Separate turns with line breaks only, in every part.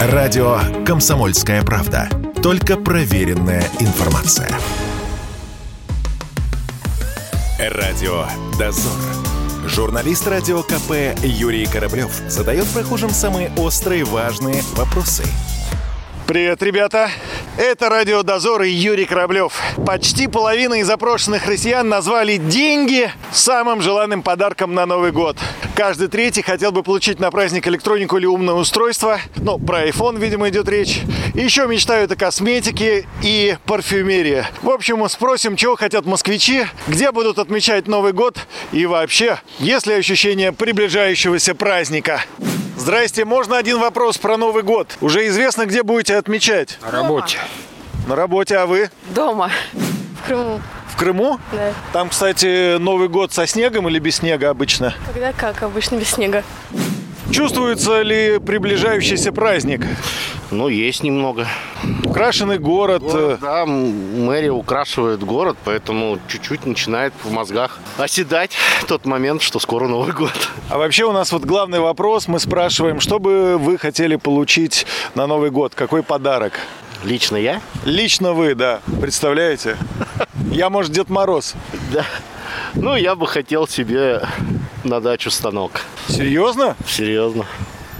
Радио «Комсомольская правда». Только проверенная информация. Радио «Дозор». Журналист радио КП Юрий Кораблев задает прохожим самые острые важные вопросы.
Привет, ребята! Это Радио Дозор и Юрий Кораблев. Почти половина из опрошенных россиян назвали деньги самым желанным подарком на Новый год. Каждый третий хотел бы получить на праздник электронику или умное устройство. Ну, про iPhone, видимо, идет речь. И еще мечтают о косметике и парфюмерии. В общем, спросим, чего хотят москвичи, где будут отмечать Новый год и вообще, есть ли ощущение приближающегося праздника. Здрасте, можно один вопрос про Новый год? Уже известно, где будете отмечать?
На работе.
На работе, а вы?
Дома. В Крыму.
В Крыму?
Да.
Там, кстати, Новый год со снегом или без снега обычно?
Когда как? Обычно без снега.
Чувствуется ли приближающийся праздник?
Ну, есть немного.
Украшенный город.
Город, да, м- мэрия украшивает город, поэтому чуть-чуть начинает в мозгах оседать тот момент, что скоро Новый год.
А вообще у нас вот главный вопрос. Мы спрашиваем, что бы вы хотели получить на Новый год? Какой подарок?
Лично я?
Лично вы, да. Представляете? Я, может, Дед Мороз.
Да. Ну, я бы хотел себе на дачу станок.
Серьезно?
Серьезно.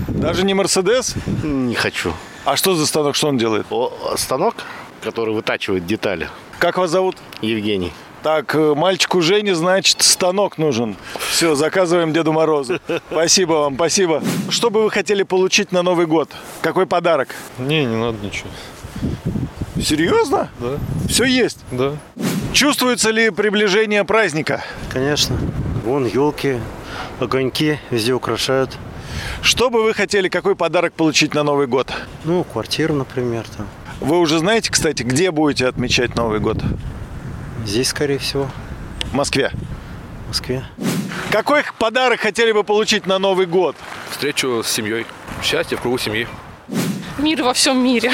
Даже не Мерседес?
Не хочу.
А что за станок? Что он делает?
О, станок, который вытачивает детали.
Как вас зовут?
Евгений.
Так, э, мальчику Жене, значит, станок нужен. Все, заказываем Деду Морозу. Спасибо вам, спасибо. Что бы вы хотели получить на Новый год? Какой подарок?
Не, не надо ничего.
Серьезно?
Да,
Все есть.
да.
Чувствуется ли приближение праздника?
Конечно. Вон елки, огоньки везде украшают.
Что бы вы хотели, какой подарок получить на Новый год?
Ну, квартиру, например, там.
Вы уже знаете, кстати, где будете отмечать Новый год?
Здесь, скорее всего,
В Москве.
в Москве.
Какой подарок хотели бы получить на Новый год?
Встречу с семьей. Счастье в кругу семьи.
Мир во всем мире.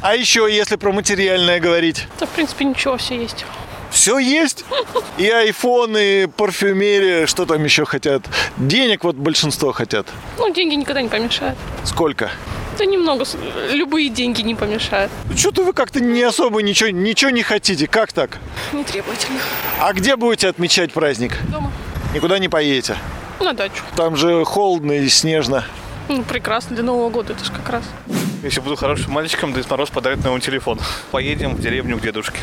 А еще, если про материальное говорить.
Да, в принципе, ничего, все есть.
Все есть. И айфоны, и парфюмерия, что там еще хотят. Денег вот большинство хотят.
Ну, деньги никогда не помешают.
Сколько?
Да немного, с- любые деньги не помешают.
Что-то Ну, вы как-то не особо ничего, ничего не хотите. Как так?
Не требовательно.
А где будете отмечать праздник?
Дома.
Никуда не поедете.
На дачу.
Там же холодно и снежно.
Ну, прекрасно, для Нового года это же как раз.
Если буду хорошим мальчиком, Дед Мороз подарит новый телефон. Поедем в деревню к дедушке.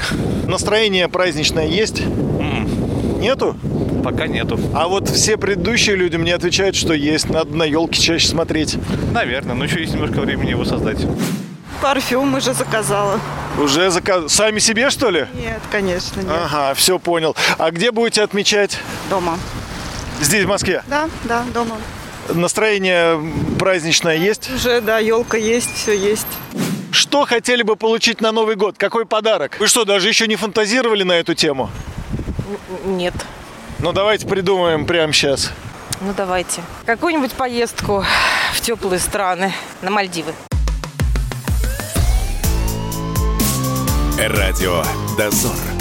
Настроение праздничное есть? Нету?
Пока нету.
А вот все предыдущие люди мне отвечают, что есть. Надо на елки чаще смотреть.
Наверное, но еще есть немножко времени его создать.
Парфюм уже заказала.
Уже заказ... Сами себе, что ли?
Нет, конечно, нет.
Ага, все понял. А где будете отмечать?
Дома.
Здесь, в Москве.
Да, да, дома.
Настроение праздничное есть?
Уже, да, елка есть, все есть.
Что хотели бы получить на Новый год? Какой подарок? Вы что, даже еще не фантазировали на эту тему?
Нет.
Ну, давайте придумаем прямо сейчас.
Ну давайте. Какую-нибудь поездку в теплые страны, на Мальдивы.
Радио «Дозор».